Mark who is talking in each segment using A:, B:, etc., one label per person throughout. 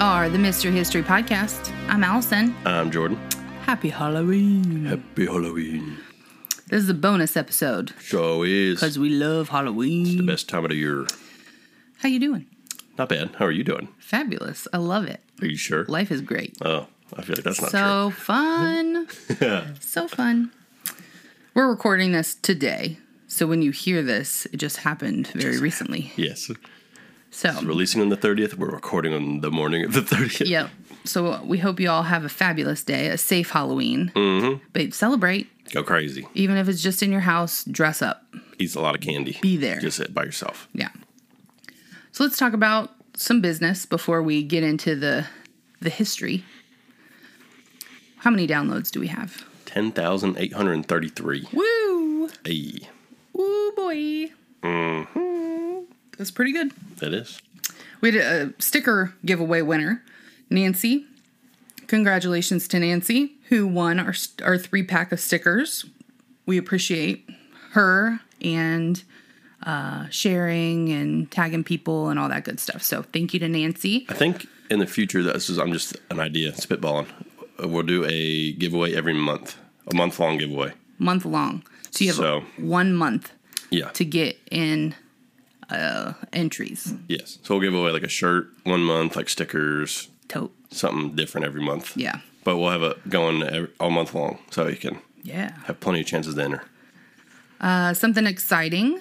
A: are the Mystery History Podcast. I'm Allison.
B: I'm Jordan.
A: Happy Halloween.
B: Happy Halloween.
A: This is a bonus episode
B: Show is
A: because we love
B: the
A: Halloween.
B: best time of the year.
A: How you doing?
B: Not bad. How are you doing?
A: Fabulous. I love it.
B: Are you sure?
A: Life is great.
B: Oh, I feel like that's not
A: so fun. so fun. We're recording this today. So when you hear this, it just happened very recently.
B: true. Yes.
A: So,
B: Releasing on the 30th. We're recording on the morning of the 30th.
A: yep. So we hope you all have a fabulous day, a safe Halloween. But celebrate,
B: Go crazy.
A: even if it's just in your house, dress up.
B: Eat a lot of candy.
A: Be there.
B: Just sit by yourself.
A: Yeah. So let's talk about some business before we get into the the history. How many downloads do we have?
B: 10,833.
A: Woo!
B: Ayy.
A: Woo boy. That's pretty good.
B: That is.
A: We had a sticker giveaway winner, Nancy. Congratulations to Nancy, who won our st- our three pack of stickers. We appreciate her and uh, sharing and tagging people and all that good stuff. So thank you to Nancy.
B: I think in the future, this is, I'm just an idea, spitballing. Uh, We'll do a giveaway every month, a month long giveaway.
A: month long. So you have
B: So-
A: one month
B: Yeah.
A: to get in uh, entries.
B: yes. So we'll give away like a shirt one month, like stickers,
A: Tote.
B: something different every month.
A: Yeah.
B: But we'll have it going ev- all month long, so you can
A: Yeah.
B: have plenty of chances to enter.
A: Uh, something exciting.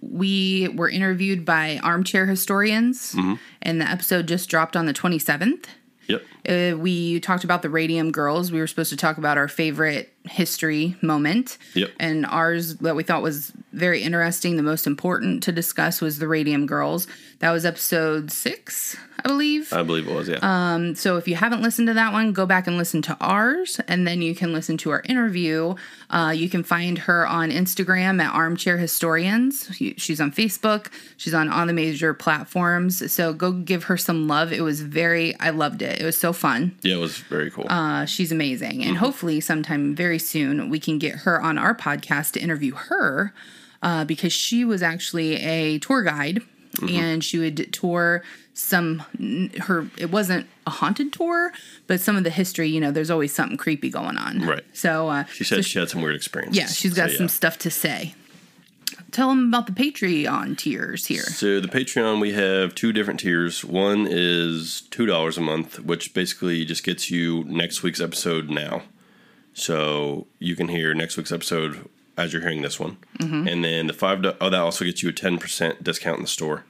A: We were interviewed by Armchair Historians,
B: Mm-hmm.
A: and the episode just dropped on the 27th.
B: Yep.
A: Uh, we talked about the Radium Girls. We were supposed to talk about our favorite history moment.
B: Yep.
A: And ours that we thought was very interesting, the most important to discuss was the Radium Girls. That was episode six, I believe.
B: I believe it was. Yeah.
A: Uh, So if you haven't listened to that one, go back and listen to ours, and then you can listen to our interview. Uh, you can find her on Instagram at Armchair Historians. She's on Facebook. She's on all the major platforms. So go give her some love. It was very, I loved it. It was so fun.
B: yeah, it was very cool.
A: Uh, she's amazing,
B: Mm-hmm.
A: and hopefully, sometime very soon, we can get her on our podcast to interview her uh, because she was actually a tour guide.
B: Mm-hmm.
A: And she would tour some n- her. It wasn't a haunted tour, but some of the history. You know, there's always something creepy going on.
B: Right.
A: So uh,
B: she said she had some weird experiences.
A: yeah, she's got
B: so,
A: some
B: yeah.
A: stuff to say. Tell them about the Patreon tiers here.
B: So the Patreon, we have two different tiers. One is two dollars a month, which basically just gets you next week's episode now. So you can hear next week's episode as you're hearing this one, and then the five. do- Oh, that also gets you a ten percent discount in the store.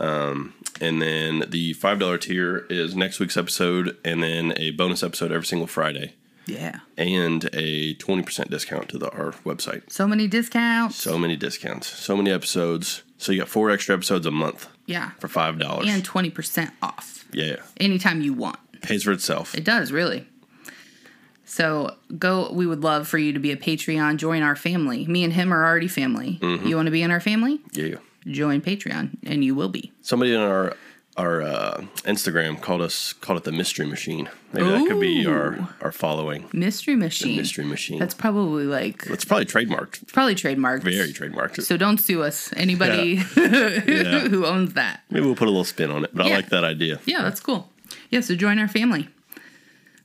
B: Um, And then the five dollar tier is next week's episode, and then a bonus episode every single Friday,
A: Yeah,
B: and a twenty percent discount to the our website.
A: so many discounts.
B: So many discounts, so many episodes. So you got four extra episodes a month
A: yeah,
B: for five dollars.
A: and twenty percent off
B: yeah,
A: anytime you want.
B: pays for itself.
A: It does, really. So go. We would love for you to be a Patreon. Join our family. Me and him are already family.
B: Mm-hmm.
A: You want to be in our family?
B: Yeah.
A: Join Patreon, and you will be.
B: Somebody in our our uh, Instagram called us called it the mystery machine. Maybe that could be our our following
A: Mystery Machine.
B: mystery machine.
A: That's probably like
B: it's probably trademarked,
A: probably trademarked.
B: very trademarked.
A: So don't sue us, anybody who owns that.
B: Maybe we'll put a little spin on it, but
A: Yeah.
B: I like that idea.
A: Yeah, that's cool. Yeah, so join our family.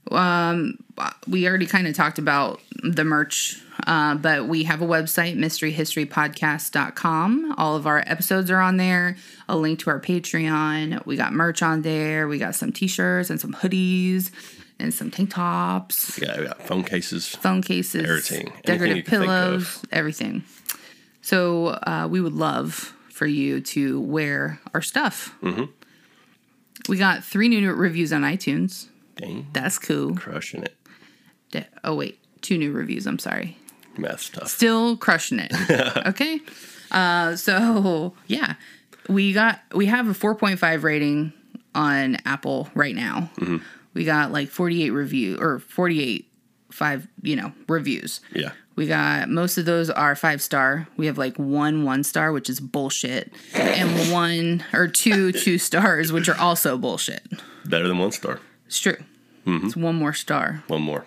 A: Um, we already kind of talked about the merch, uh, but we have a website, mysteryhistorypodcast.com. All of our episodes are on there, a link to our Patreon. We got merch on there. We got some t shirts and some hoodies and some tank tops,
B: Yeah, we got phone cases.
A: phone cases,
B: Everything. Anything you
A: decorative
B: can think
A: pillows, everything. So uh, we would love for you to wear our stuff.
B: Mm-hmm.
A: We got three new reviews on iTunes.
B: Dang,
A: That's cool.
B: crushing it.
A: Da- Oh wait, two new reviews. I'm sorry.
B: Math stuff.
A: Still crushing it. okay. Uh, so yeah, we got we have a 4.5 rating on Apple right now.
B: Mm-hmm.
A: We got like 48 review or 48 five you know reviews.
B: Yeah.
A: We got most of those are five star. We have like one one star, which is bullshit, and one or two two stars, which are also bullshit.
B: Better than one star.
A: It's true.
B: Mm-hmm.
A: It's one more star.
B: One more.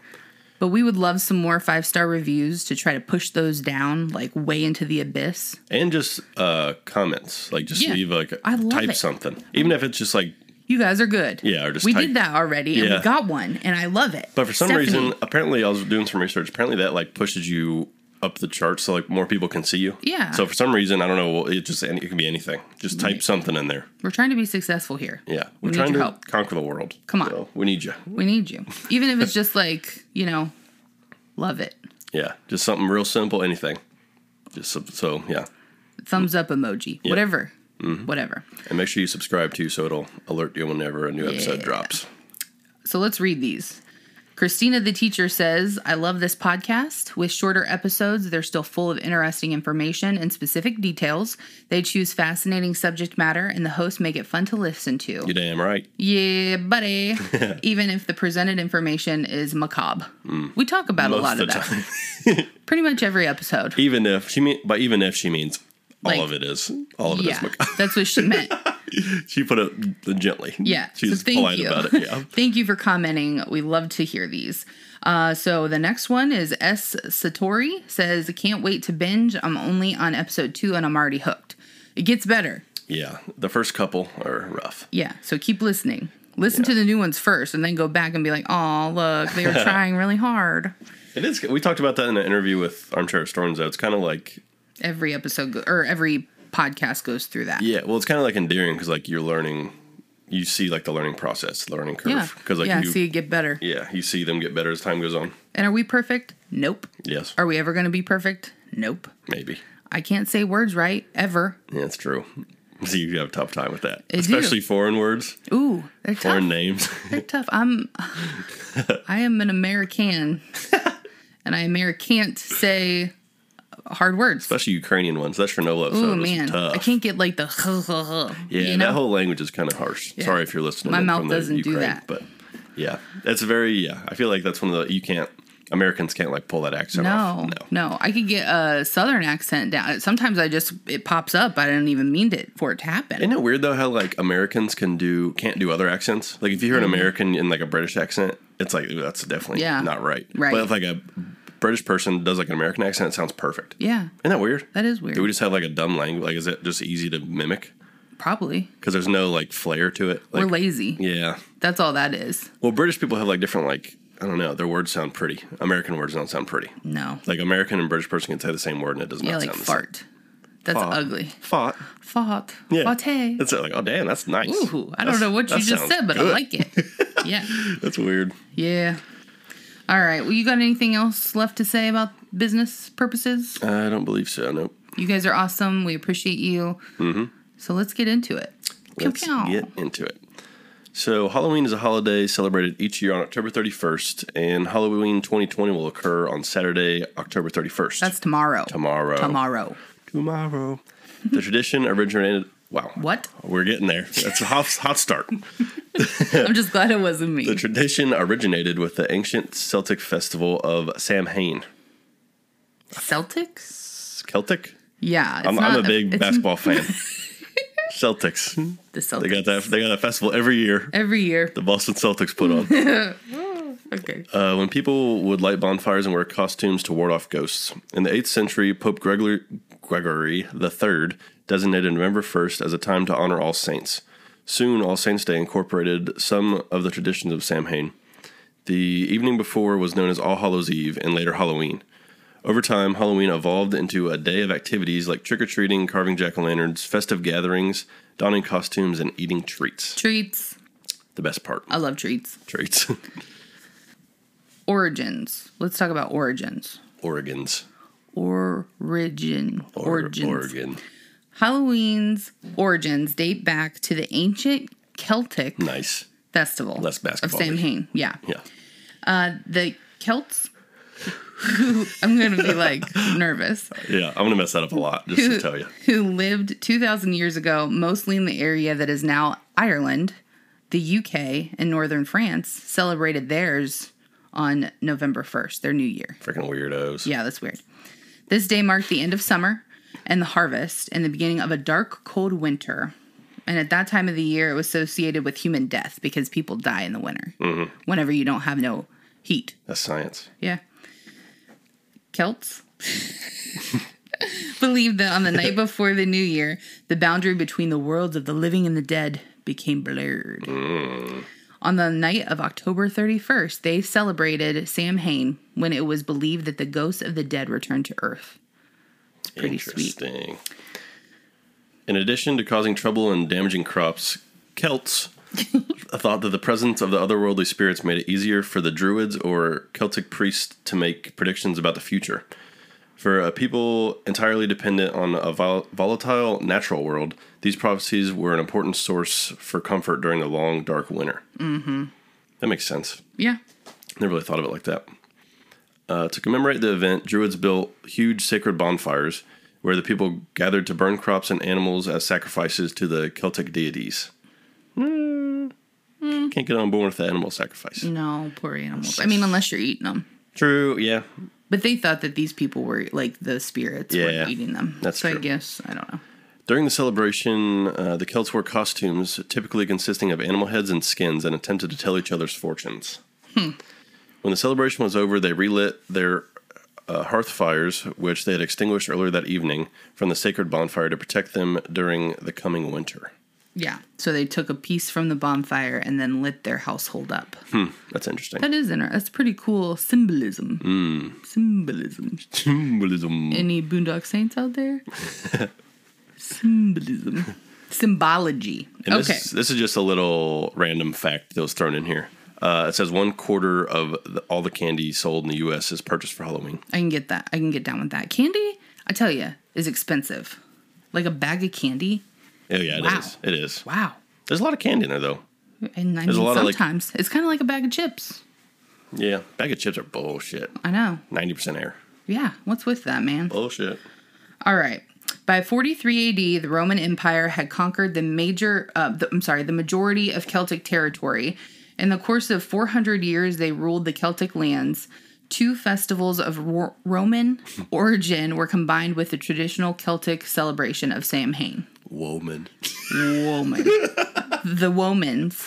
A: But we would love some more five star reviews to try to push those down, like way into the abyss.
B: And just uh comments. Like just
A: Yeah.
B: leave like
A: I love
B: type
A: it.
B: something. Even if it's just like
A: you guys are good.
B: Yeah, or just
A: we
B: type-
A: did that already, and
B: Yeah.
A: we got one, and I love it.
B: But for some
A: Stephanie,
B: reason, apparently, I was doing some research. Apparently, that like pushes you up the charts so like more people can see you.
A: Yeah.
B: So for some reason, I don't know. It just it can be anything. Just type something in there.
A: we're trying to be successful here.
B: Yeah.
A: we
B: We're
A: need
B: trying
A: your
B: to
A: help.
B: conquer the world.
A: Come on.
B: So we need you.
A: We need you, even if it's just like you know, love it.
B: Yeah. Just something real simple. Anything. Just so, so yeah.
A: thumbs up emoji, whatever,
B: Mm-hmm.
A: whatever.
B: And make sure you subscribe too, so it'll alert you whenever a new episode
A: Yeah.
B: drops.
A: So let's read these. Christina the teacher says, I love this podcast. With shorter episodes, they're still full of interesting information and specific details. They choose fascinating subject matter, and the hosts make it fun to listen to.
B: You damn right.
A: Yeah, buddy. Even if the presented information is macabre. We talk about a lot
B: Mm. Most
A: of
B: of the
A: that.
B: time.
A: Pretty much every episode.
B: Even if she mean by even if she means all
A: Like-
B: of it is all of it is.
A: Yeah,
B: Mac-
A: that's what she meant.
B: She put it gently.
A: Yeah.
B: She was
A: so thank
B: polite
A: you.
B: about it. Yeah.
A: thank you for commenting. We love to hear these. Uh, so the next one is S. Satori says, Can't wait to binge. I'm only on episode two and I'm already hooked. It gets better.
B: Yeah, the first couple are rough.
A: Yeah. So keep listening. Listen to the new ones first and then go back and be like, Oh, look, they were trying really hard.
B: It is. We talked about that in an interview with Armchair Storms. Though it's kind of like
A: Every episode go- or every podcast goes through that.
B: yeah. Well, it's kind of like endearing because like you're learning, you see like the learning process, the learning
A: Yeah.
B: curve. Because like
A: yeah.
B: you,
A: see, it get better.
B: yeah, you see them get better as time goes on.
A: And are we perfect? Nope.
B: Yes,
A: Are we ever going to be perfect? Nope.
B: maybe.
A: I can't say words right ever.
B: Yeah, that's true. So you have a tough time with that,
A: I do.
B: especially foreign words,
A: Ooh, they're tough.
B: foreign names.
A: They're tough. I'm I am an American and I American't say hard words.
B: especially Ukrainian ones. That's Chernobyl episode.
A: Oh
B: was
A: man.
B: tough.
A: I can't get like the
B: Yeah,
A: you
B: that
A: know?
B: whole language is kind of harsh. Sorry if you're listening.
A: My
B: in
A: mouth
B: from the
A: doesn't do
B: Ukraine,
A: that.
B: But yeah, that's very yeah. I feel like that's one of the you can't Americans can't like pull that accent
A: no,
B: off.
A: no. I could get a southern accent down. Sometimes I just it pops up. I didn't even mean it for it to happen.
B: Isn't it weird though how like Americans can do can't do other accents? Like if you hear an American in like a British accent, it's like ooh, that's definitely
A: Mm-hmm. Yeah.
B: not right.
A: Right.
B: But if like a British person does like an American accent, it sounds perfect.
A: yeah.
B: Isn't that weird?
A: That is weird.
B: Do we just have like a dumb language? Like is it just easy to mimic?
A: Probably.
B: Because there's no like flair to it. Like,
A: We're lazy.
B: yeah.
A: That's all that is.
B: Well, British people have like different like I don't know. Their words sound pretty. American words don't sound pretty.
A: No.
B: Like American and British person can say the same word and it does not
A: yeah, like
B: sound
A: fart. That's
B: Fart.
A: ugly.
B: the same. Fart.
A: Fart.
B: Yeah.
A: Farte.
B: It's like oh damn, that's nice.
A: Ooh, I don't
B: That's-
A: know what you
B: that
A: just
B: sounds
A: said, but I
B: good.
A: like it. Yeah.
B: That's weird.
A: Yeah. All right. Well, you got anything else left to say about business purposes?
B: I don't believe so. Nope.
A: You guys are awesome. We appreciate you. Mm-hmm. So let's get into it. Pew
B: Let's
A: pew.
B: get into it. So, Halloween is a holiday celebrated each year on October 31st, and Halloween 2020 will occur on Saturday, October 31st.
A: That's tomorrow.
B: tomorrow.
A: Tomorrow.
B: Tomorrow. The tradition originated. Wow.
A: What?
B: We're getting there. That's a hot, hot start.
A: I'm just glad it wasn't me.
B: The tradition originated with the ancient Celtic festival of Samhain.
A: Celtics?
B: Celtic?
A: Yeah. it's
B: I'm, I'm
A: not
B: a big
A: it's
B: basketball fan. Celtics.
A: The Celtics.
B: They got that. They got a festival every year.
A: Every year.
B: The Boston Celtics put on.
A: Okay.
B: Uh, when people would light bonfires and wear costumes to ward off ghosts. In the 8th century, Pope Gregory, Gregory III designated November 1st as a time to honor all saints. Soon, All Saints' Day incorporated some of the traditions of Samhain. The evening before was known as All Hallows' Eve and later Halloween. Over time, Halloween evolved into a day of activities like trick or treating, carving jack o' lanterns, festive gatherings, donning costumes, and eating treats.
A: Treats.
B: The best part
A: I love treats.
B: treats.
A: Origins. Let's talk about origins.
B: Oregon's.
A: Origin.
B: Or-
A: origins.
B: Oregon.
A: Halloween's origins date back to the ancient Celtic
B: Nice.
A: festival.
B: Less basketball.
A: Of Samhain, yeah.
B: Yeah.
A: The Celts, who I'm going to be like nervous,
B: Yeah. I'm going to mess that up a lot, just to tell you.
A: who lived 2,000 years ago, mostly in the area that is now Ireland, the UK, and northern France, celebrated theirs on November 1st, their new year.
B: Freaking weirdos.
A: Yeah, that's weird. This day marked the end of summer and the harvest and the beginning of a dark, cold winter. And at that time of the year, it was associated with human death because people die in the winter whenever you don't have no heat.
B: That's science.
A: Yeah. Celts believed that on the night before the new year, the boundary between the worlds of the living and the dead became blurred.
B: Mm.
A: On the night of October 31st, they celebrated Samhain when it was believed that the ghosts of the dead returned to Earth. pretty sweet.
B: Interesting. In addition to causing trouble and damaging crops, Celts thought that the presence of the otherworldly spirits made it easier for the druids or Celtic priests to make predictions about the future. For a people entirely dependent on a vol- volatile natural world, these prophecies were an important source for comfort during the long, dark winter. Mm-hmm. That makes sense.
A: Yeah.
B: Never really thought of it like that. Uh, to commemorate the event, Druids built huge sacred bonfires where the people gathered to burn crops and animals as sacrifices to the Celtic deities. Mm. Can't get on board with the animal sacrifice.
A: No, poor animals. I mean, unless you're eating them.
B: True, yeah.
A: But they thought that these people were like the spirits
B: Yeah,
A: were eating them.
B: that's
A: so
B: true.
A: I guess I don't know.
B: During the celebration, uh, the Celts wore costumes typically consisting of animal heads and skins and attempted to tell each other's fortunes.
A: Hmm.
B: When the celebration was over, they relit their uh, hearth fires, which they had extinguished earlier that evening, from the sacred bonfire to protect them during the coming winter.
A: Yeah. So they took a piece from the bonfire and then lit their household up.
B: That's interesting.
A: That is interesting. That's pretty cool symbolism.
B: Mm.
A: Symbolism.
B: Symbolism.
A: Any Boondock Saints out there? symbolism. Symbology.
B: And
A: okay.
B: This, this is just a little random fact that was thrown in here. Uh, it says one quarter of the, all the candy sold in the U.S. is purchased for Halloween.
A: I can get that. I can get down with that. Candy, I tell you, is expensive. Like a bag of candy.
B: Oh yeah, it is.
A: Wow.
B: It is.
A: Wow.
B: There's a lot of candy in there though.
A: And I
B: There's a
A: mean,
B: lot of, like-
A: sometimes it's kind of like a bag of chips.
B: Yeah, bag of chips are bullshit.
A: I know.
B: Ninety percent air.
A: Yeah. What's with that, man?
B: Bullshit.
A: All right. By 43 AD, the Roman Empire had conquered the major, uh, the, I'm sorry, the majority of Celtic territory. In the course of 400 years, they ruled the Celtic lands. Two festivals of Ro- Roman origin were combined with the traditional Celtic celebration of Samhain.
B: Woman.
A: Woman. the Womans.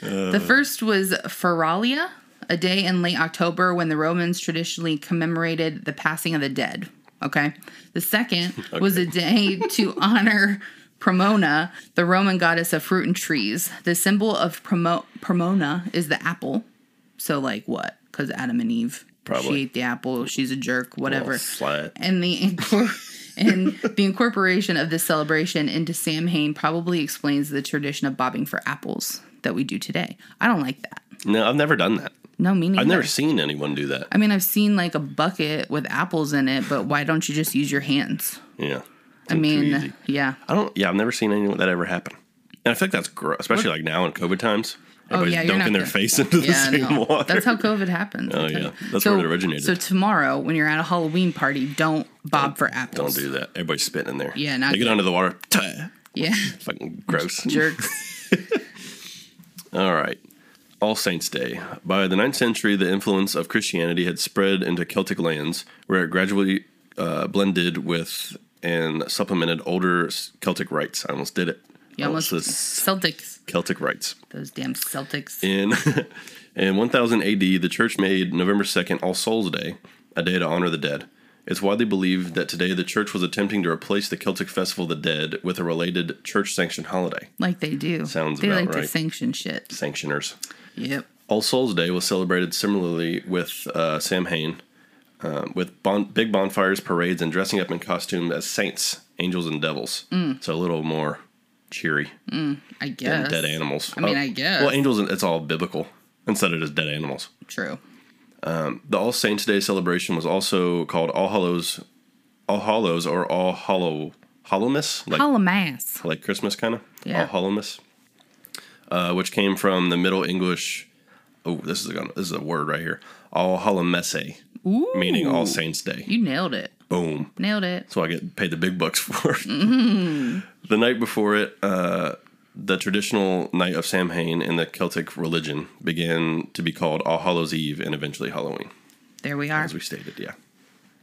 A: The first was Feralia, a day in late October when the Romans traditionally commemorated the passing of the dead. Okay. The second was a day to honor Pomona, the Roman goddess of fruit and trees. The symbol of Promo- Pomona is the apple. So, like, what? Because Adam and Eve.
B: Probably.
A: She ate the apple. She's a jerk. Whatever
B: Well, slut.
A: and the incor- and the incorporation of this celebration into Samhain probably explains the tradition of bobbing for apples that we do today. I don't like that.
B: No, I've never done that.
A: No, me neither.
B: I've never seen anyone do that.
A: I mean, I've seen like a bucket with apples in it, but why don't you just use your hands?
B: Yeah.
A: I mean, yeah.
B: I don't. Yeah, I've never seen anyone that ever happen. And I feel like that's gross, especially like now in COVID times. Everybody's
A: Oh, yeah, you're
B: dunking
A: not
B: their
A: gonna-
B: face into the
A: Yeah,
B: same
A: no.
B: water.
A: That's how COVID happens.
B: Oh,
A: I tell
B: yeah.
A: you.
B: That's where it originated.
A: So tomorrow, when you're at a Halloween party, don't bob for
B: Don't
A: apples.
B: do that. Everybody's spitting in there.
A: Yeah, not
B: they get
A: good.
B: under the water.
A: Yeah,
B: Fucking gross.
A: jerks.
B: All right. All Saints' Day. By the 9th century, the influence of Christianity had spread into Celtic lands, where it gradually uh, blended with and supplemented older s- Celtic rites. I almost did it.
A: You
B: I
A: almost
B: said
A: Celtics.
B: Celtic rites.
A: Those damn Celtics.
B: In in 1000 AD, the church made November 2nd All Souls Day, a day to honor the dead. It's widely believed that today the church was attempting to replace the Celtic festival of the dead with a related church sanctioned holiday.
A: Like they do.
B: Sounds
A: they
B: about
A: like to
B: right.
A: sanction shit.
B: Sanctioners.
A: Yep.
B: All Souls Day was celebrated similarly with uh, Samhain, um, with bon- big bonfires, parades, and dressing up in costume as saints, angels, and devils.
A: Mm.
B: So a little more cheery
A: I
B: than
A: guess.
B: dead animals. I
A: mean, I guess.
B: Well, angels, it's all biblical instead of just dead animals.
A: True.
B: The All Saints Day celebration was also called All Hallows, All Hallows, or All Hollow Hollowmas, like
A: Palomas.
B: like Christmas kind of
A: Yeah.
B: All Hollowmas, uh, which came from the Middle English. Oh, this is a this is a word right here. All Hollowmesse,
A: Ooh.
B: meaning All Saints Day.
A: You nailed it.
B: Boom.
A: Nailed it.
B: So I get paid the big bucks for. it.
A: Mm-hmm.
B: The night before it, uh, the traditional night of Samhain in the Celtic religion began to be called All Hallows Eve and eventually Halloween,
A: There we are.
B: as we stated. Yeah.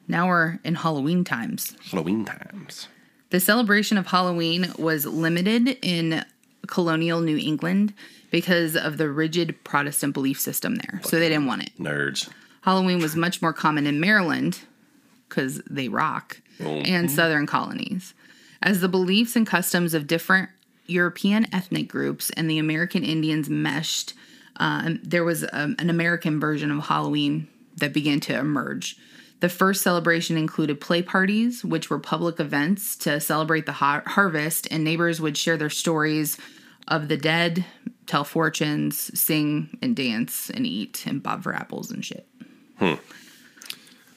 A: Now we're in Halloween times.
B: Halloween times.
A: The celebration of Halloween was limited in colonial New England because of the rigid Protestant belief system there. So they didn't want it.
B: Nerds.
A: Halloween was much more common in Maryland because they rock
B: Oh.
A: and southern colonies. As the beliefs and customs of different European ethnic groups and the American Indians meshed, um, there was um, an American version of Halloween that began to emerge. The first celebration included play parties, which were public events to celebrate the har- harvest, and neighbors would share their stories of the dead, tell fortunes, sing and dance and eat and bob for apples and shit.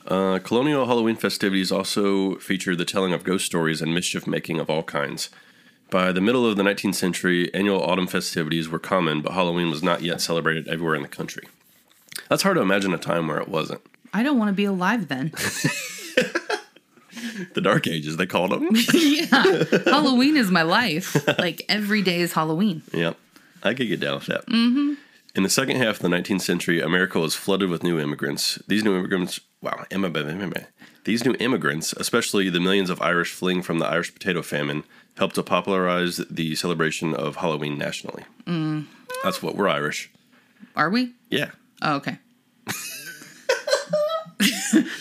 B: Uh, colonial Halloween festivities also feature the telling of ghost stories and mischief making of all kinds. By the middle of the 19th century, annual autumn festivities were common, but Halloween was not yet celebrated everywhere in the country. That's hard to imagine a time where it wasn't.
A: I don't want to be alive then.
B: The Dark Ages, they called them.
A: yeah. Halloween is my life. Like every day is Halloween.
B: Yep. I could get down with that.
A: Mm-hmm.
B: In the second half of the 19th century, America was flooded with new immigrants. These new immigrants, wow, immi- immi- immi- these new immigrants, especially the millions of Irish fleeing from the Irish potato famine, helped to popularize the celebration of Halloween nationally.
A: Mm.
B: That's what we're Irish.
A: Are we?
B: Yeah.
A: Oh, okay.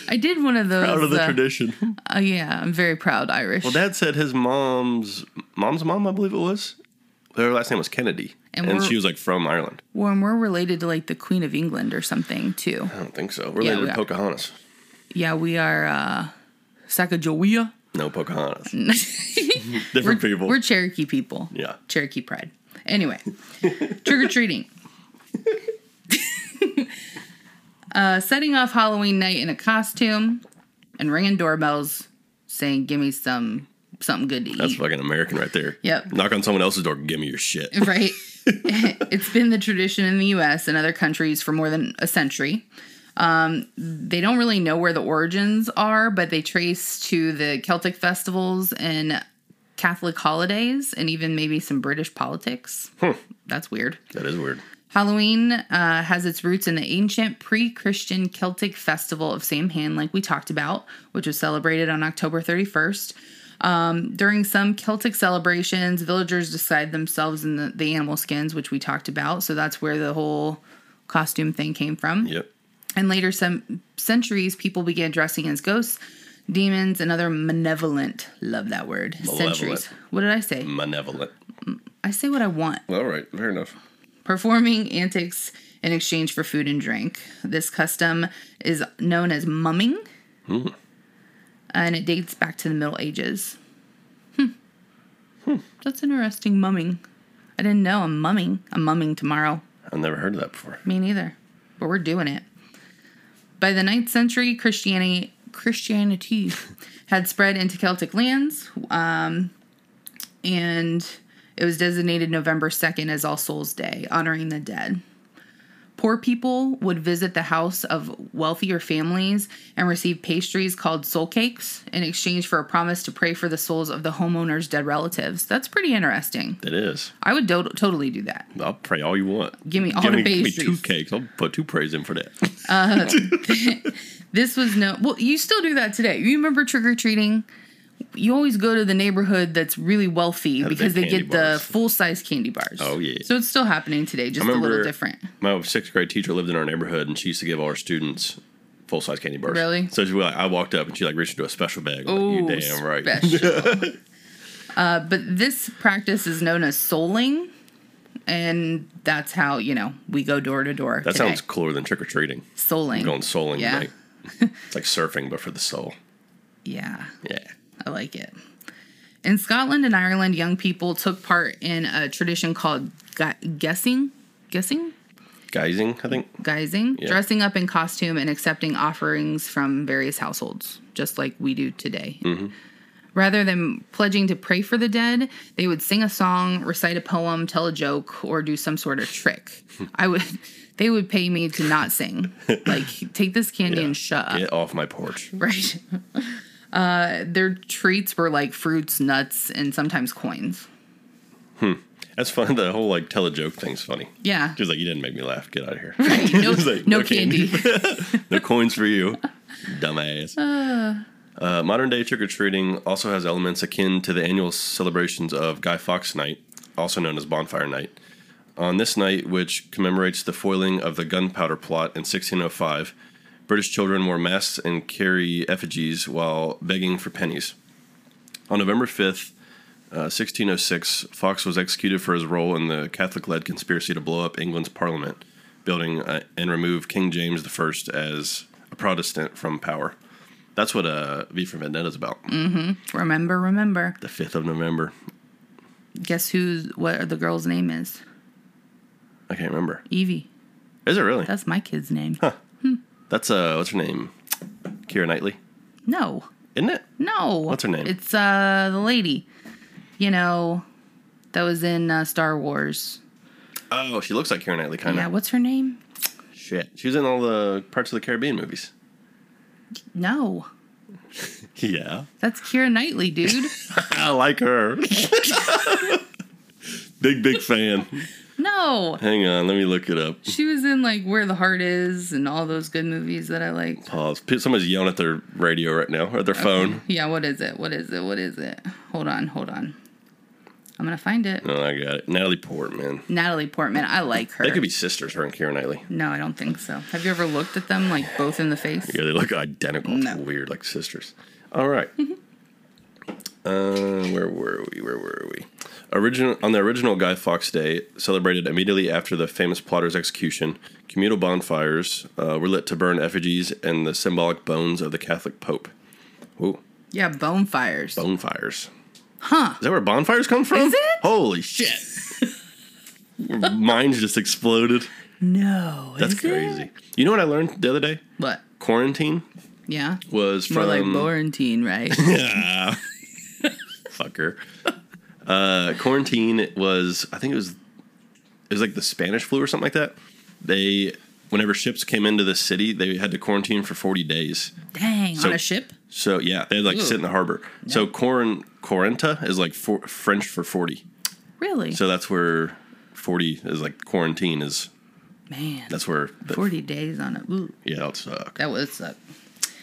A: I did one of those.
B: Out of the
A: uh,
B: tradition.
A: uh, yeah, I'm very proud Irish.
B: Well, Dad said his mom's mom's mom, I believe it was. Her last name was Kennedy,
A: And
B: and,
A: we're-
B: she was like from Ireland.
A: when we're related to like the Queen of England or something too.
B: I don't think so. Related
A: we
B: to
A: are.
B: Pocahontas.
A: Yeah, we are uh Sacagawea.
B: No, Pocahontas. Different people.
A: We're Cherokee people.
B: Yeah.
A: Cherokee pride. Anyway, trick or treating. uh, setting off Halloween night in a costume and ringing doorbells saying, Give me some something good to eat.
B: That's fucking American right there.
A: Yep.
B: Knock on someone else's door. Give me your shit.
A: right? it's been the tradition in the US and other countries for more than a century. Um, they don't really know where the origins are, but they trace to the Celtic festivals and Catholic holidays and even maybe some British politics. That's weird.
B: That is weird.
A: Halloween uh, has its roots in the ancient pre Christian Celtic festival of Samhain, like we talked about, which was celebrated on October 31st. Um, during some Celtic celebrations, villagers decide themselves in the, the animal skins, which we talked about. So that's where the whole costume thing came from.
B: Yep.
A: And later, some centuries, people began dressing as ghosts, demons, and other malevolent, love that word,
B: Malevolent.
A: centuries. What did I say?
B: Malevolent.
A: I say what I want.
B: All right. Fair enough.
A: performing antics in exchange for food and drink. This custom is known as mumming, and it dates back to the Middle Ages. Hmm. That's interesting, mumming. I didn't know I'm mumming. I'm mumming tomorrow.
B: I've never heard of that before.
A: Me neither. But we're doing it. By the 9th century, Christianity Christianity had spread into Celtic lands, um, and it was designated November 2nd as All Souls Day, honoring the dead. Poor people would visit the house of wealthier families and receive pastries called soul cakes in exchange for a promise to pray for the souls of the homeowner's dead relatives. That's pretty interesting.
B: It is.
A: I would do- totally do that.
B: I'll pray all you want.
A: Give me all
B: Give
A: the
B: me, give me
A: pastries.
B: two cakes. I'll put two prays in for that.
A: This was no. Well, you still do that today. You remember trick or treating? You always go to the neighborhood that's really wealthy
B: big
A: because they
B: candy
A: get
B: bars.
A: the full size candy bars.
B: Oh, yeah.
A: So it's still happening today, just a little different.
B: My sixth grade teacher lived in our neighborhood, and she used to give all her students full size candy bars.
A: Really?
B: So she like, I walked up, and she like reached into a special bag. I'm
A: Oh,
B: like, you damn right.
A: special. uh, but this practice is known as souling, and that's how you know we go door to door.
B: That
A: today.
B: sounds cooler than trick or treating.
A: souling.
B: Going souling
A: Yeah.
B: tonight. It's like surfing, but for the soul.
A: Yeah.
B: Yeah.
A: I like it. In Scotland and Ireland, young people took part in a tradition called gu- guessing, guessing,
B: Guising, I think.
A: guising,
B: Yeah.
A: dressing up in costume and accepting offerings from various households, just like we do today.
B: Mm-hmm.
A: Rather than pledging to pray for the dead, they would sing a song, recite a poem, tell a joke, or do some sort of trick. I would, they would pay me to not sing, like take this candy
B: Yeah.
A: and shut up.
B: Get off my porch.
A: Right. Uh, their treats were like fruits, nuts, and sometimes coins.
B: That's fun. The whole like tell a joke thing's funny.
A: Yeah.
B: She's like, you didn't make me laugh. Get out of here.
A: Right. No,
B: It's like,
A: no
B: no
A: candy.
B: candy. no coins for you, dumbass. Uh, modern day trick or treating also has elements akin to the annual celebrations of Guy Fawkes Night, also known as Bonfire Night. On this night, which commemorates the foiling of the gunpowder plot in 1605, British children wore masks and carry effigies while begging for pennies. On November 5th, uh, 1606, Fox was executed for his role in the Catholic led conspiracy to blow up England's Parliament, building uh, and remove King James I as a Protestant from power. That's what uh, V for Vendetta is about.
A: Mm. Remember, remember.
B: The 5th of November.
A: Guess who's what the girl's name is?
B: I can't remember.
A: Evie.
B: Is it really?
A: That's my kid's name.
B: That's uh, what's her name? Kira Knightley,
A: No.
B: isn't it?
A: No.
B: What's her name?
A: It's uh the lady. You know, that was in uh, Star Wars.
B: Oh, she looks like Kira Knightley, kind
A: Yeah,
B: of.
A: what's her name?
B: Shit, she was in all the parts of the Caribbean movies.
A: No.
B: Yeah,
A: That's Kira Knightley, dude.
B: I like her. big big fan.
A: no.
B: Hang on, let me look it up.
A: She was in like Where the Heart Is and all those good movies that I like.
B: Pause. P- Somebody's yelling at their radio right now or their phone.
A: Yeah, what is it? What is it? What is it? Hold on, hold on. I'm gonna find it.
B: Oh, I got it. Natalie Portman.
A: Natalie Portman. I like her.
B: They could be sisters, her and Kira Knightley.
A: no, I don't think so. Have you ever looked at them like both in the face?
B: Yeah, they look identical. It's
A: No.
B: weird, like sisters. All right. uh, where were we? Where were we? Original on the original Guy Fawkes Day, celebrated immediately after the famous plotter's execution, communal bonfires uh, were lit to burn effigies and the symbolic bones of the Catholic Pope. Ooh,
A: Yeah, bone fires.
B: bonfires. Huh? Is that where bonfires come from?
A: Is it?
B: Holy shit! Mine's just exploded.
A: No,
B: That's
A: is it?
B: crazy. You know what I learned the other day?
A: What?
B: Quarantine
A: Yeah,
B: was
A: more
B: from
A: like quarantine, right?
B: fucker. Uh, quarantine was, I think it was, it was like the Spanish flu or something like that. They, whenever ships came into the city, they had to quarantine for forty days.
A: Dang,
B: So-
A: on a ship.
B: So yeah, they had like
A: Ooh.
B: sit in the harbor. So quarant quaranta is like for, French for forty.
A: Really?
B: So that's where forty is like quarantine is.
A: Man,
B: That's where the,
A: forty days on a. Ooh,
B: yeah, that would suck.
A: that uh, would suck.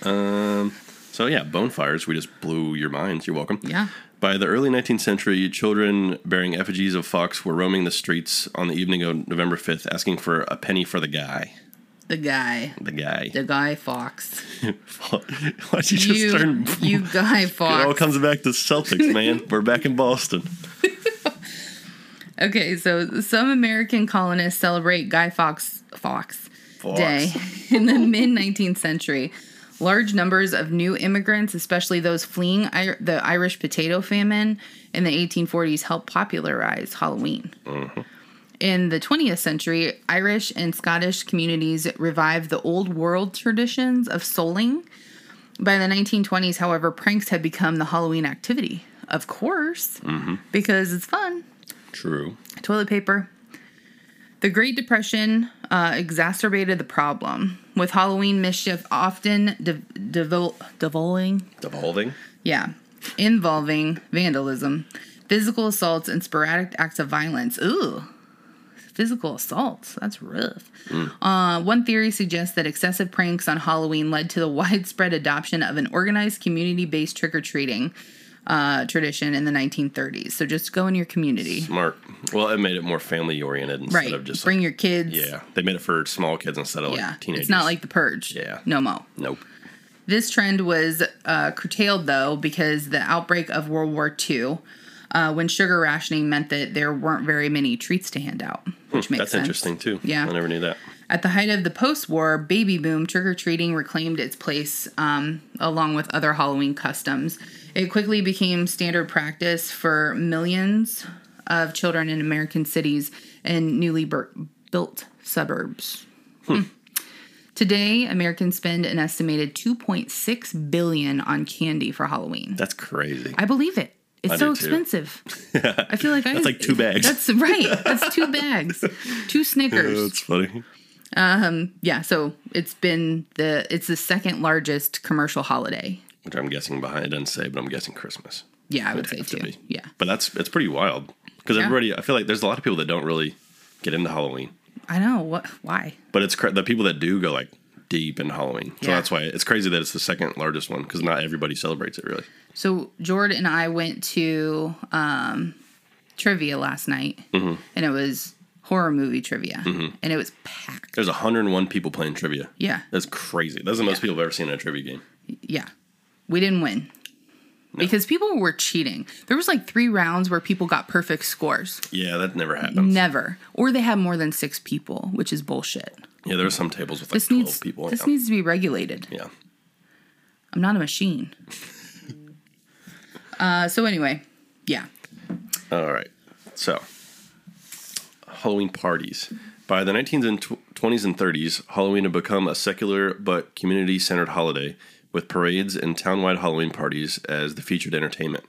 B: Um, so yeah, bonfires. We just blew your minds. You're welcome.
A: Yeah.
B: By the early 19th century, children bearing effigies of Fox were roaming the streets on the evening of November 5th, asking for a penny for the guy.
A: The guy,
B: The guy.
A: the guy Fox.
B: Why'd you just
A: you,
B: turn?
A: you guy
B: It all
A: Fox.
B: comes back to Celtics, man. We're back in Boston.
A: Okay, so some American colonists celebrate Guy Fawkes Fox,
B: Fox.
A: Day in the mid 19th century. Large numbers of new immigrants, especially those fleeing I- the Irish potato famine in the 1840s, helped popularize Halloween. In the 20th century, Irish and Scottish communities revived the old world traditions of souling. By the 1920s, however, pranks had become the Halloween activity. Of course, because it's fun
B: True.
A: toilet paper. The Great Depression uh, exacerbated the problem, with Halloween mischief often de- devol- devolving,
B: Devolving.
A: yeah, involving vandalism, physical assaults, and sporadic acts of violence. Ooh, physical assaults. That's rough. Uh, one theory suggests that excessive pranks on Halloween led to the widespread adoption of an organized community based trick or treating uh, tradition in the 1930s. So just go in your community.
B: Smart. Well, it made it more family oriented instead
A: Right.
B: of just
A: bring
B: like,
A: your kids.
B: yeah. They made it for small kids instead of like
A: yeah.
B: teenagers.
A: It's not like the purge.
B: Yeah.
A: No mo.
B: nope.
A: This trend was uh, curtailed though because the outbreak of World War II, uh, when sugar rationing meant that there weren't very many treats to hand out, which makes
B: Hmm, That's
A: sense.
B: interesting too.
A: Yeah.
B: I never knew that.
A: At the height of the post-war baby boom, trick-or-treating reclaimed its place um, along with other Halloween customs. It quickly became standard practice for millions of children in American cities and newly bur- built suburbs. Hmm. Today, Americans spend an estimated 2.6 billion on candy for Halloween.
B: That's crazy.
A: I believe it. It's
B: I
A: so
B: do too.
A: expensive. I feel like I
B: That's like two bags.
A: That's right. That's two bags. Two Snickers.
B: That's funny.
A: Yeah, so it's been the it's the second largest commercial holiday.
B: Which I'm guessing behind it doesn't say, but I'm guessing Christmas.
A: Yeah, I would say
B: have to
A: too.
B: be.
A: Yeah,
B: But that's it's pretty wild because everybody. I feel like there's a lot of people that don't really get into Halloween,
A: I know. What? Why?
B: but it's cra- the people that do go like deep in Halloween. So
A: Yeah.
B: that's why it's crazy that it's the second largest one because not everybody celebrates it really.
A: So Jord and I went to um, trivia last night,
B: Mm-hmm.
A: and it was horror movie trivia, and it was packed.
B: There's 101 people playing trivia.
A: Yeah,
B: That's crazy. That's the most people I've ever seen in a trivia game.
A: yeah. We didn't win. because people were cheating. There was like three rounds where people got perfect scores.
B: Yeah, that never happens.
A: Never. Or they had more than six people, which is bullshit.
B: Yeah, there are some tables with like
A: This
B: 12
A: needs
B: people.
A: this
B: yeah.
A: needs to be regulated.
B: yeah.
A: I'm not a machine. uh, so anyway, yeah.
B: All right. So, Halloween parties. By the 1920s and, tw- 20s and 30s, Halloween had become a secular but community centered holiday, with parades and townwide Halloween parties as the featured entertainment.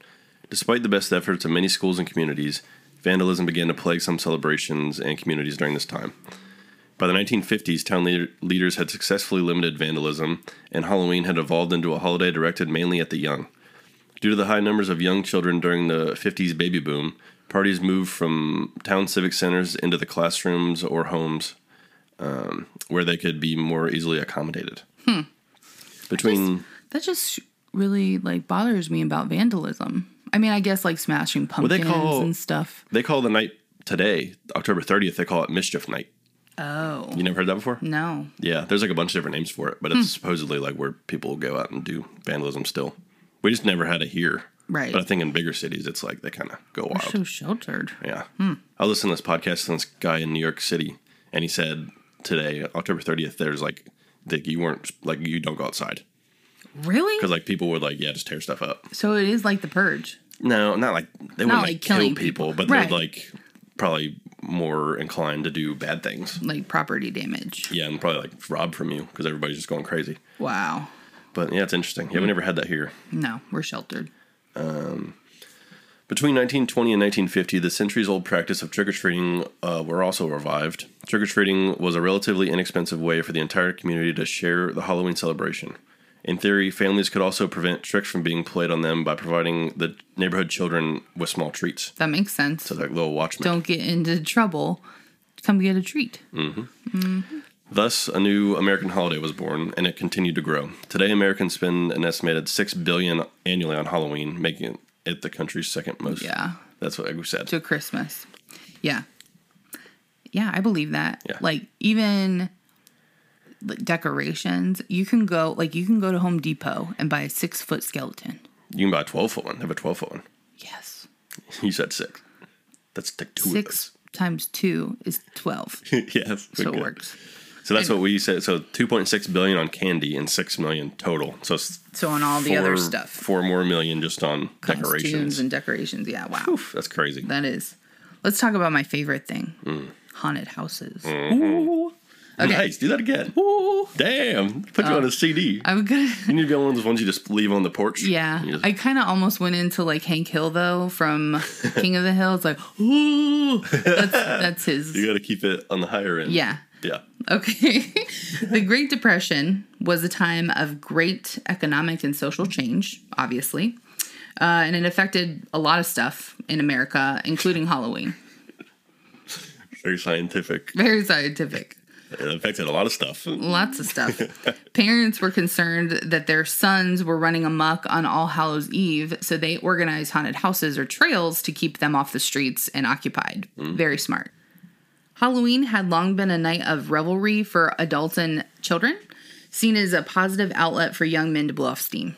B: Despite the best efforts of many schools and communities, vandalism began to plague some celebrations and communities during this time. By the 1950s, town leader- leaders had successfully limited vandalism, and Halloween had evolved into a holiday directed mainly at the young. Due to the high numbers of young children during the 50s baby boom, parties moved from town civic centers into the classrooms or homes um, where they could be more easily accommodated. Between
A: That just really like bothers me about vandalism. I mean, I guess like smashing
B: they
A: pumpkins
B: call-
A: and stuff.
B: they call the night today, October 30th, they call it Mischief Night.
A: Oh.
B: You never heard that before?
A: No.
B: Yeah, there's like a bunch of different names for it,
A: Hmm.
B: but it's supposedly like where people go out and do vandalism still. We just never had it here.
A: Right.
B: But I think in bigger cities, it's like they kind of go wild.
A: So sheltered.
B: Yeah.
A: Hmm.
B: I listened to this podcast from this guy in New York City, and he said today, October 30th, there's like, Dick, you weren't, like, you don't go outside.
A: Really?
B: Because, like, people would, like, yeah, just tear stuff up.
A: So it is like the purge.
B: No, not like, they wouldn't,
A: Not
B: like,
A: like
B: kill
A: killing
B: people,
A: people.
B: but
A: Right.
B: they're, like, probably more inclined to do bad things.
A: Like property damage.
B: Yeah, and probably, like, rob from you because everybody's just going crazy.
A: Wow.
B: But, yeah, it's interesting.
A: Hmm.
B: Yeah, we never had that here.
A: No, we're sheltered.
B: Between 1920 and 1950, the centuries old practice of trick or treating uh, were also revived. Trick or treating was a relatively inexpensive way for the entire community to share the Halloween celebration. In theory, families could also prevent tricks from being played on them by providing the neighborhood children with small treats,
A: That makes sense.
B: like little watchmen.
A: Don't get into trouble. Come get a treat.
B: Thus, a new American holiday was born, and it continued to grow. Today, Americans spend an estimated six billion annually on Halloween, making it the country's second most.
A: Yeah.
B: that's what we said.
A: to Christmas. Yeah. Yeah, I believe that.
B: Yeah.
A: Like even like, decorations, you can go like you can go to Home Depot and buy a six foot skeleton.
B: You can buy a twelve foot one. Have a twelve foot one.
A: Yes.
B: You said six. That's like two
A: Six times two is twelve.
B: of those. yes.
A: So it
B: okay.
A: works.
B: So that's what we said. So two point six billion on candy and six million total. So s-
A: So on all the other
B: four-
A: stuff.
B: Four more million just on
A: Costumes
B: decorations.
A: and decorations. Yeah, wow.
B: Oof, that's crazy.
A: That is. Let's talk about my favorite thing.
B: Hmm.
A: Haunted houses. Ooh. Okay. Oh.
B: Nice. Do that again.
A: Ooh.
B: Damn. Put you on a CD.
A: I'm good.
B: you need to be on one of those ones you just leave on the porch.
A: Yeah,
B: You just-
A: I kind of almost went into like Hank Hill though from King of the Hill. It's like, ooh, that's, that's his.
B: you got to keep it on the higher end.
A: Yeah.
B: Yeah.
A: Okay. the Great Depression was a time of great economic and social change, obviously, uh, and it affected a lot of stuff in America, including Halloween.
B: Very scientific.
A: Very scientific.
B: It affected a lot of stuff.
A: Lots of stuff. Parents were concerned that their sons were running amok on All Hallows Eve, so they organized haunted houses or trails to keep them off the streets and occupied. Very smart. Halloween had long been a night of revelry for adults and children, seen as a positive outlet for young men to blow off steam.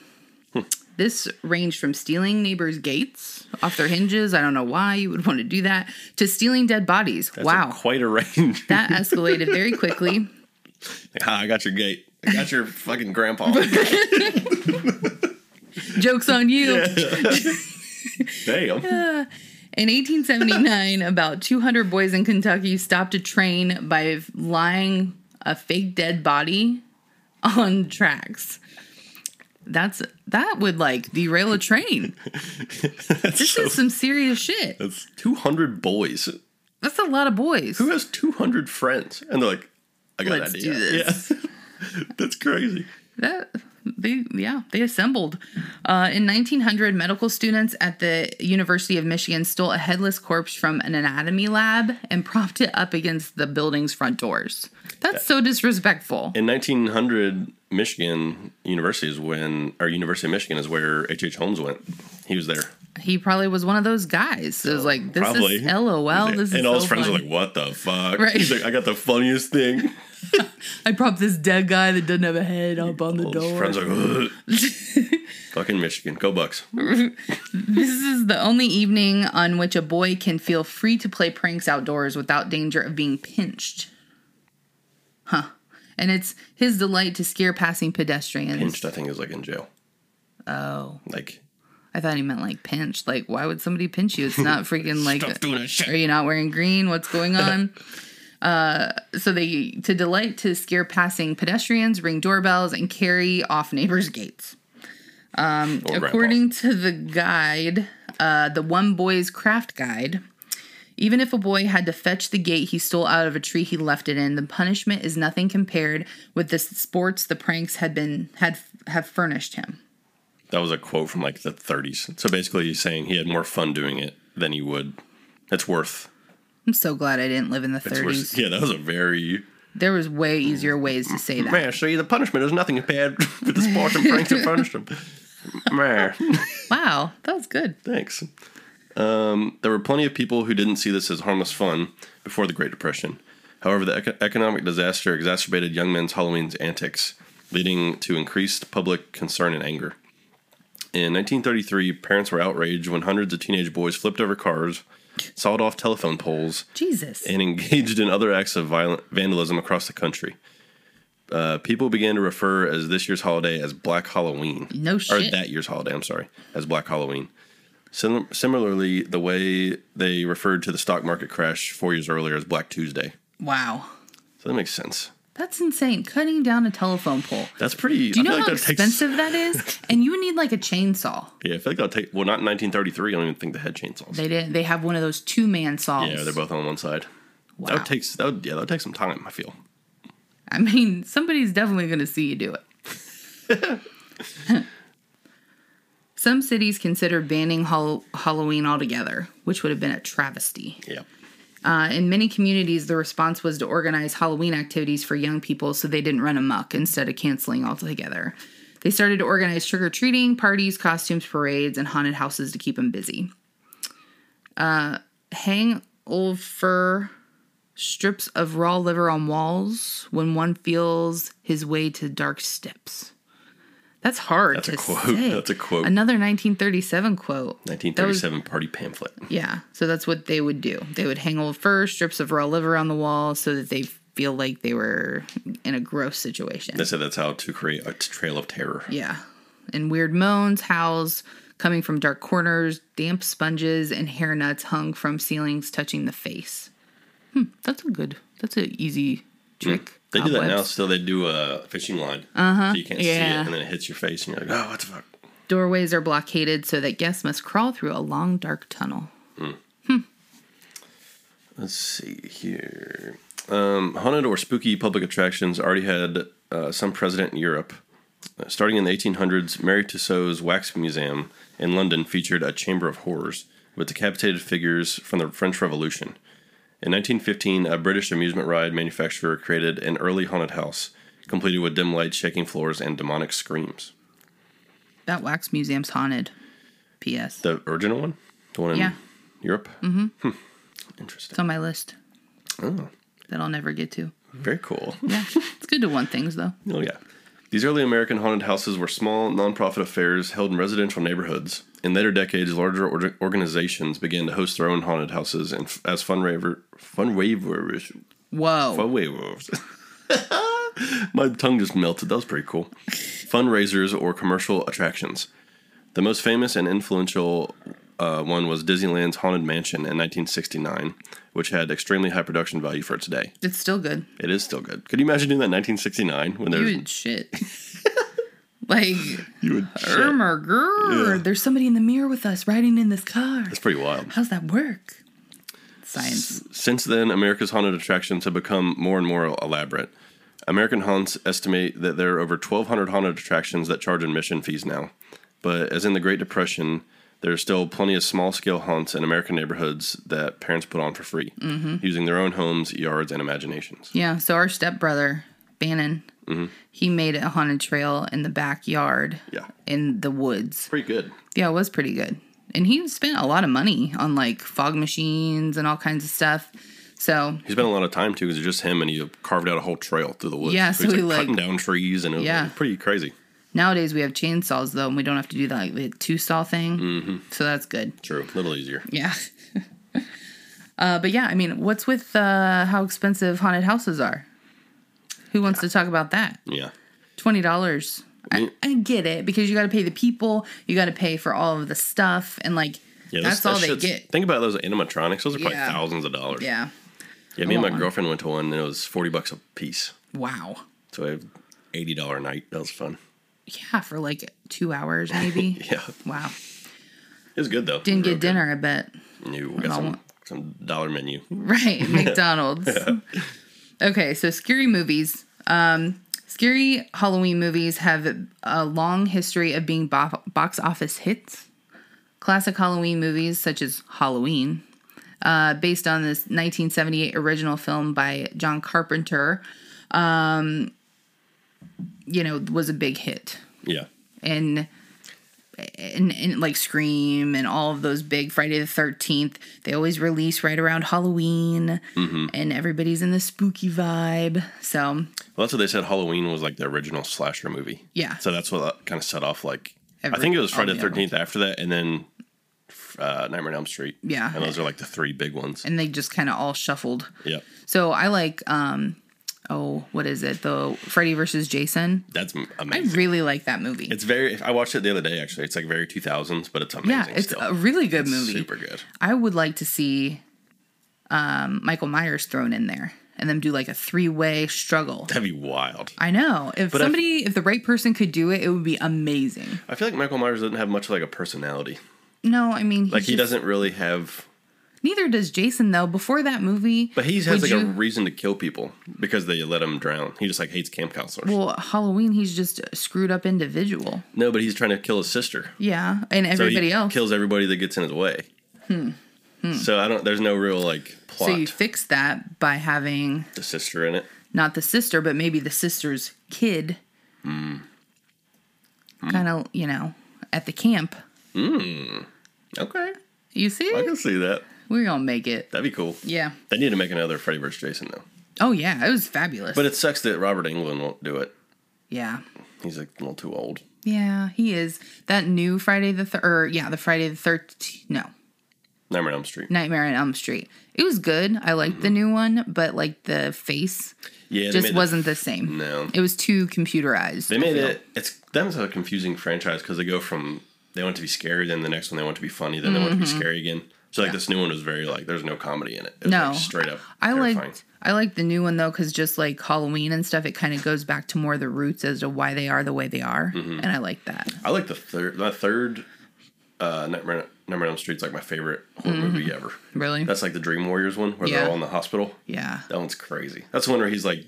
A: This ranged from stealing neighbors' gates off their hinges. I don't know why you would want to do that. To stealing dead bodies. wow.
B: Quite a range.
A: that escalated very quickly.
B: Like, ah, I got your gate. I got your fucking grandpa.
A: Joke's on you.
B: Damn.
A: In 1879, about 200 boys in Kentucky stopped a train by lying a fake dead body on tracks. That's that would like derail a train. this is some serious shit.
B: That's 200 boys.
A: That's a lot of boys.
B: Who has 200 friends? And they're like, I got
A: Let's
B: an
A: do
B: idea.
A: this.
B: Yeah. That's crazy.
A: that they yeah they assembled uh, in 1900 medical students at the university of michigan stole a headless corpse from an anatomy lab and propped it up against the building's front doors that's so disrespectful
B: In 1900, Michigan University is when, or University of Michigan is where H.H. Holmes went. He was there.
A: he probably was one of those guys that was like this
B: Probably.
A: is lol Oh, this is
B: and all
A: so
B: his friends
A: funny.
B: were like, what the fuck?
A: Right.
B: He's like, I got the funniest thing.
A: i propped this dead guy that doesn't have a head up on the
B: All his
A: door
B: friends are like, "Ugh." Fucking Michigan. Go Bucks.
A: This is the only evening on which a boy can feel free to play pranks outdoors without danger of being pinched. Huh. And it's his delight to scare passing pedestrians.
B: Pinched, I think, is like in jail.
A: Oh.
B: Like,
A: I thought he meant like pinched. Like, why would somebody pinch you? It's not freaking like.
B: Stop doing that shit.
A: Are you not wearing green? What's going on? uh, so they to delight to scare passing pedestrians, ring doorbells, and carry off neighbors' gates.
B: or
A: According to the guide, uh, the one boy's craft guide, even if a boy had to fetch the gate he stole out of a tree he left it in, the punishment is nothing compared with the sports the pranks had been had have furnished him.
B: Grandpa. That was a quote from like the 30s. So basically, he's saying he had more fun doing it than he would. That's worth.
A: I'm so glad I didn't live in the
B: It's
A: 30s.
B: worth yeah, that was a very.
A: There was way easier ways to say that.
B: Man, see, the punishment is nothing compared with the sports and pranks that punished him. Man.
A: Wow, that was good.
B: Thanks. Um, there were plenty of people who didn't see this as harmless fun before the Great Depression. However, the eco- economic disaster exacerbated young men's Halloween's antics, leading to increased public concern and anger. In 1933, parents were outraged when hundreds of teenage boys flipped over cars, sawed off telephone poles,
A: Jesus.
B: and engaged in other acts of violent vandalism across the country. Uh, people began to refer as this year's holiday as Black Halloween.
A: No
B: Or
A: shit.
B: that year's holiday, I'm sorry, as Black Halloween. Sim- similarly, the way they referred to the stock market crash four years earlier as Black Tuesday.
A: Wow.
B: So that makes sense.
A: That's insane. Cutting down a telephone pole.
B: That's pretty.
A: Do you know
B: like
A: how
B: that takes-
A: expensive that is? And you would need like a chainsaw.
B: yeah, I feel like that'll take. Well, not in 1933. I don't even think they had chainsaws.
A: They did. They have one of those two man saws.
B: yeah, they're both on one side.
A: Wow.
B: That would takes. That would, yeah, that would take some time. I feel.
A: I mean, somebody's definitely going to see you do it. Some cities considered banning Hall- Halloween altogether, which would have been a travesty.
B: Yeah.
A: Uh, in many communities, the response was to organize Halloween activities for young people so they didn't run amok instead of canceling altogether. They started to organize trick or treating, parties, costumes, parades, and haunted houses to keep them busy. Uh, hang over strips of raw liver on walls when one feels his way to dark steps. That's hard.
B: That's a
A: to
B: quote.
A: say.
B: That's a quote.
A: Another 1937 quote.
B: 1937 party pamphlet.
A: Yeah. So that's what they would do. They would hang old fur, strips of raw liver on the wall so that they feel like they were in a gross situation.
B: They said that's how to create a t- trail of terror.
A: yeah. And weird moans, howls coming from dark corners, damp sponges, and hair nuts hung from ceilings touching the face. Hmm. That's a good, that's an easy trick.
B: Mm, They do that now.
A: Cobwebs.
B: Still, they do a fishing line, uh-huh. so you can't see
A: Yeah.
B: it, and then it hits your face, and you're like, "Oh, what the fuck."
A: Doorways are blockaded so that guests must crawl through a long, dark tunnel.
B: Let's see here. Um, haunted or spooky public attractions already had uh, some precedent in Europe. Uh, starting in the 1800s, Mary Tussauds Wax Museum in London featured a chamber of horrors with decapitated figures from the French Revolution. In 1915, a British amusement ride manufacturer created an early haunted house, completed with dim lights, shaking floors, and demonic screams.
A: That wax museum's haunted. P.S.
B: The original one? The one in
A: Yeah.
B: Europe? Mm-hmm. Hmm. Interesting.
A: It's on my list
B: Oh,
A: that I'll never get to.
B: very cool.
A: Yeah, it's good to want things though.
B: Oh, yeah. These early American haunted houses were small, nonprofit affairs held in residential neighborhoods. In later decades, larger or- organizations began to host their own haunted houses and f- as fundraiser, fundraisers.
A: Whoa.
B: Fundraisers. My tongue just melted. That was pretty cool. Fundraisers or commercial attractions. The most famous and influential uh, one was Disneyland's Haunted Mansion in 1969, which had extremely high production value for its day.
A: It's still good.
B: It is still good. Could you imagine doing that in 1969 when there's
A: Dude, shit. like,
B: you would
A: oh my
B: Yeah.
A: grr, there's somebody in the mirror with us riding in this car.
B: That's pretty wild.
A: How's that work? Science.
B: Since then, America's haunted attractions have become more and more elaborate. American haunts estimate that there are over 1,200 haunted attractions that charge admission fees now. But as in the Great Depression, there are still plenty of small scale haunts in American neighborhoods that parents put on for free,
A: Mm-hmm.
B: using their own homes, yards, and imaginations.
A: Yeah, so our stepbrother, Bannon, he made a haunted trail in the backyard
B: Mm-hmm. Yeah.
A: in the woods.
B: Pretty good.
A: Yeah, it was pretty good. And he spent a lot of money on like fog machines and all kinds of stuff. So,
B: He spent a lot of time too because it's just him and he carved out a whole trail through the woods.
A: Yeah,
B: so he's
A: so he,
B: like,
A: like-
B: cutting down trees and it was
A: Yeah.
B: pretty crazy.
A: Nowadays we have chainsaws though, and we don't have to do that like, the two saw thing. Mm-hmm. So that's good.
B: True. A little easier.
A: Yeah. uh, but yeah, I mean, what's with uh, how expensive haunted houses are? Who wants to talk about that?
B: Yeah.
A: Twenty dollars. I,
B: Mm.
A: I get it because you got to pay the people, you got to pay for all of the stuff, and like
B: Yeah,
A: that's
B: that
A: all they
B: shit's-
A: get.
B: Think about those animatronics. Those are probably
A: Yeah.
B: thousands of dollars.
A: Yeah.
B: Yeah, me
A: want
B: and my
A: one.
B: girlfriend went to one and it was 40 bucks a piece.
A: Wow.
B: So I had $80 a night. That was fun.
A: Yeah, for like two hours maybe.
B: Yeah.
A: Wow.
B: It was good though.
A: Didn't
B: Real
A: get dinner, I bet.
B: Good. No, we got
A: all
B: some,
A: want-
B: some dollar menu.
A: Right, McDonald's. Okay, so scary movies. Um, scary Halloween movies have a long history of being bo- box office hits. Classic Halloween movies, such as Halloween, uh, based on this 1978 original film by John Carpenter, um, you know, was a big hit
B: Yeah.
A: and and, and like Scream and all of those big Friday the Thirteenth. They always release right around Halloween,
B: Mm-hmm.
A: and everybody's in the spooky vibe. So
B: Well, that's what they said. Halloween was like the original slasher movie.
A: Yeah.
B: So that's what that kind of set off like. I
A: Every-
B: think it was Friday
A: all
B: the
A: the other
B: 13th after that and then uh, Nightmare on Elm Street.
A: Yeah.
B: And those are like the three big ones.
A: and they just kind of all shuffled.
B: yeah.
A: So I like um oh what is it the Freddy versus Jason.
B: That's m-
A: I
B: amazing.
A: really like that movie.
B: it's very, I watched it the other day actually. It's like very 2000s, but it's amazing
A: yeah, it's
B: still.
A: a really good movie.
B: Super good.
A: I would like to see um, Michael Myers thrown in there and them do like a three way struggle.
B: That'd be wild.
A: I know. If
B: I-
A: somebody, if the right person could do it, it would be amazing.
B: I feel like Michael Myers doesn't have much like a personality.
A: No, I mean, he's
B: Like he
A: just-
B: doesn't really have,
A: Neither does Jason though. Before that movie,
B: but he
A: would
B: has like a
A: you-
B: reason to kill people because they let him drown. He just like hates camp counselors.
A: well Halloween. He's just a screwed up individual.
B: no, but he's trying to kill his sister.
A: Yeah, and
B: So
A: everybody
B: he
A: else. Hmm.
B: kills everybody that gets in his way. So I don't. There's no real like plot.
A: so you fix that by having
B: the sister in it.
A: not the sister, but maybe the sister's kid,
B: Hmm.
A: kind of you know at the camp.
B: Okay,
A: You see,
B: I can see that.
A: we're gonna make it.
B: That'd be cool.
A: Yeah.
B: They need to make another Freddy vs. Jason though.
A: Oh yeah, it was fabulous.
B: But it sucks that Robert Englund won't do it.
A: yeah.
B: He's like a little too old.
A: Yeah, he is. That new Friday the thir- or yeah, the Friday the 13th, no,
B: Nightmare on Elm Street.
A: Nightmare on Elm Street. It was good. I liked the new one, but like the face
B: Mm-hmm. Yeah, they made
A: just
B: the-
A: wasn't the same.
B: no.
A: It was too computerized.
B: They made it. It's them's a confusing franchise because they go from they want it to be scary, then the next one they want it to be funny, then they want it to
A: Mm-hmm.
B: be scary again. So like this new one was very like there's no comedy in it. It was
A: No.
B: like straight up.
A: I
B: terrifying.
A: liked I liked the new one though cuz just like Halloween and stuff it kind of goes back to more the roots as to why they are the way they are
B: Mm-hmm.
A: and I like that.
B: I like the third. The third uh, Nightmare Nightmare on Elm Street's like my favorite horror movie ever.
A: Really?
B: That's like the Dream Warriors one where
A: Mm-hmm. Yeah.
B: they're all in the hospital.
A: yeah.
B: That one's crazy. That's the one where he's like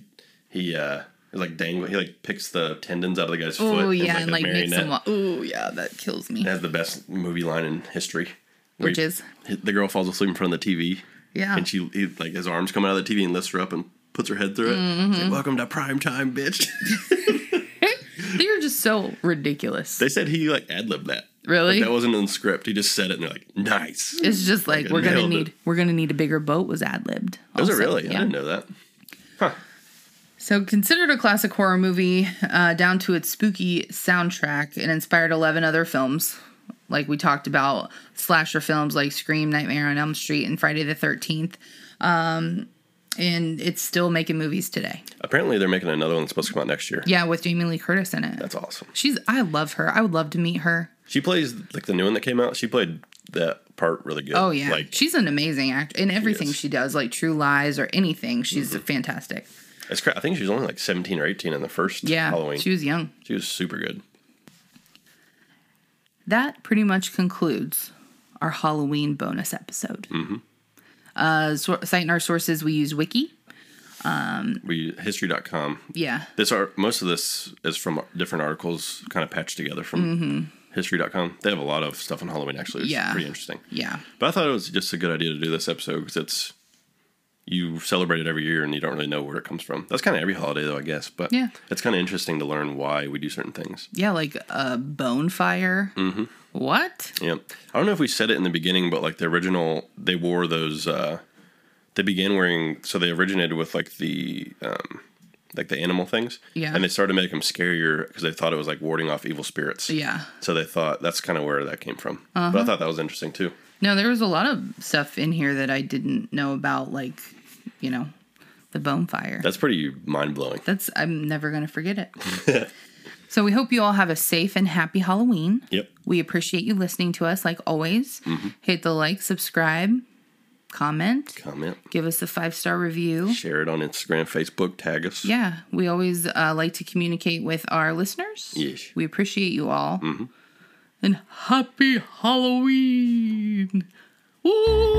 B: he uh he's like dangling. He like picks the tendons out of the guy's foot.
A: Oh
B: It's
A: yeah,
B: a
A: and like makes them
B: marionette.
A: Oh yeah, that kills me.
B: It has the best movie line in history. where
A: Which
B: he-
A: is?
B: the girl falls asleep in front of the TV.
A: Yeah.
B: and she he, like his arms come out of the TV and lifts her up and puts her head through it. She's
A: Mm-hmm.
B: like, Welcome to prime time, bitch.
A: They're just so ridiculous.
B: they said he like ad libbed that.
A: Really?
B: Like, that wasn't in the script. He just said it and they're like, nice.
A: It's just like
B: Fucking
A: we're gonna
B: nailed it.
A: need we're gonna need a bigger boat was ad libbed.
B: Was it really? I didn't know that. Huh.
A: So considered a classic horror movie, uh, down to its spooky soundtrack, it inspired eleven other films, like we talked about slasher films like Scream, Nightmare on Elm Street, and Friday the Thirteenth. Um, and it's still making movies today.
B: Apparently they're making another one that's supposed to come out next year.
A: Yeah, with Jamie Lee Curtis in it.
B: That's awesome.
A: She's I love her. I would love to meet her.
B: She plays like the new one that came out. She played that part really good.
A: Oh yeah,
B: Like
A: she's an amazing actor in everything
B: is. Mm-hmm.
A: she does, like True Lies or anything. She's fantastic.
B: it's cra- I think she was only like 17 or 18 in the first
A: Yeah,
B: Halloween.
A: she was young.
B: she was super good.
A: that pretty much concludes our Halloween bonus episode. Uh, so, citing our sources, we use Wiki.
B: We history.com
A: Yeah,
B: This are most of this is from different articles, kind of patched together from history.com. They have a lot of stuff on Halloween. Actually, it's
A: Mm-hmm. Yeah.
B: pretty interesting.
A: yeah,
B: But I thought it was just a good idea to do this episode because it's you celebrate it every year and you don't really know where it comes from. That's kind of every holiday, though, I guess. But
A: Yeah.
B: it's kind of interesting to learn why we do certain things.
A: yeah. Like a bone fire. Mm-hmm. What?
B: Yeah, I don't know if we said it in the beginning, but like the original, they wore those. uh They began wearing, so they originated with like the um like the animal things.
A: Yeah.
B: And they started to make them scarier because they thought it was like warding off evil spirits.
A: Yeah. Uh-huh.
B: So they thought that's kind of where that came from. But I thought that was interesting too.
A: No, there was a lot of stuff in here that I didn't know about, like, you know, the bonfire.
B: That's pretty mind blowing.
A: That's, I'm never going to forget it. so we hope you all have a safe and happy Halloween.
B: Yep.
A: We appreciate you listening to us, like always. Hit the like, subscribe, comment,
B: Comment,
A: give us a five star review.
B: share it on Instagram, Facebook, tag us.
A: Yeah, we always uh, like to communicate with our listeners.
B: Yes.
A: We appreciate you all. And happy Halloween! Ooh.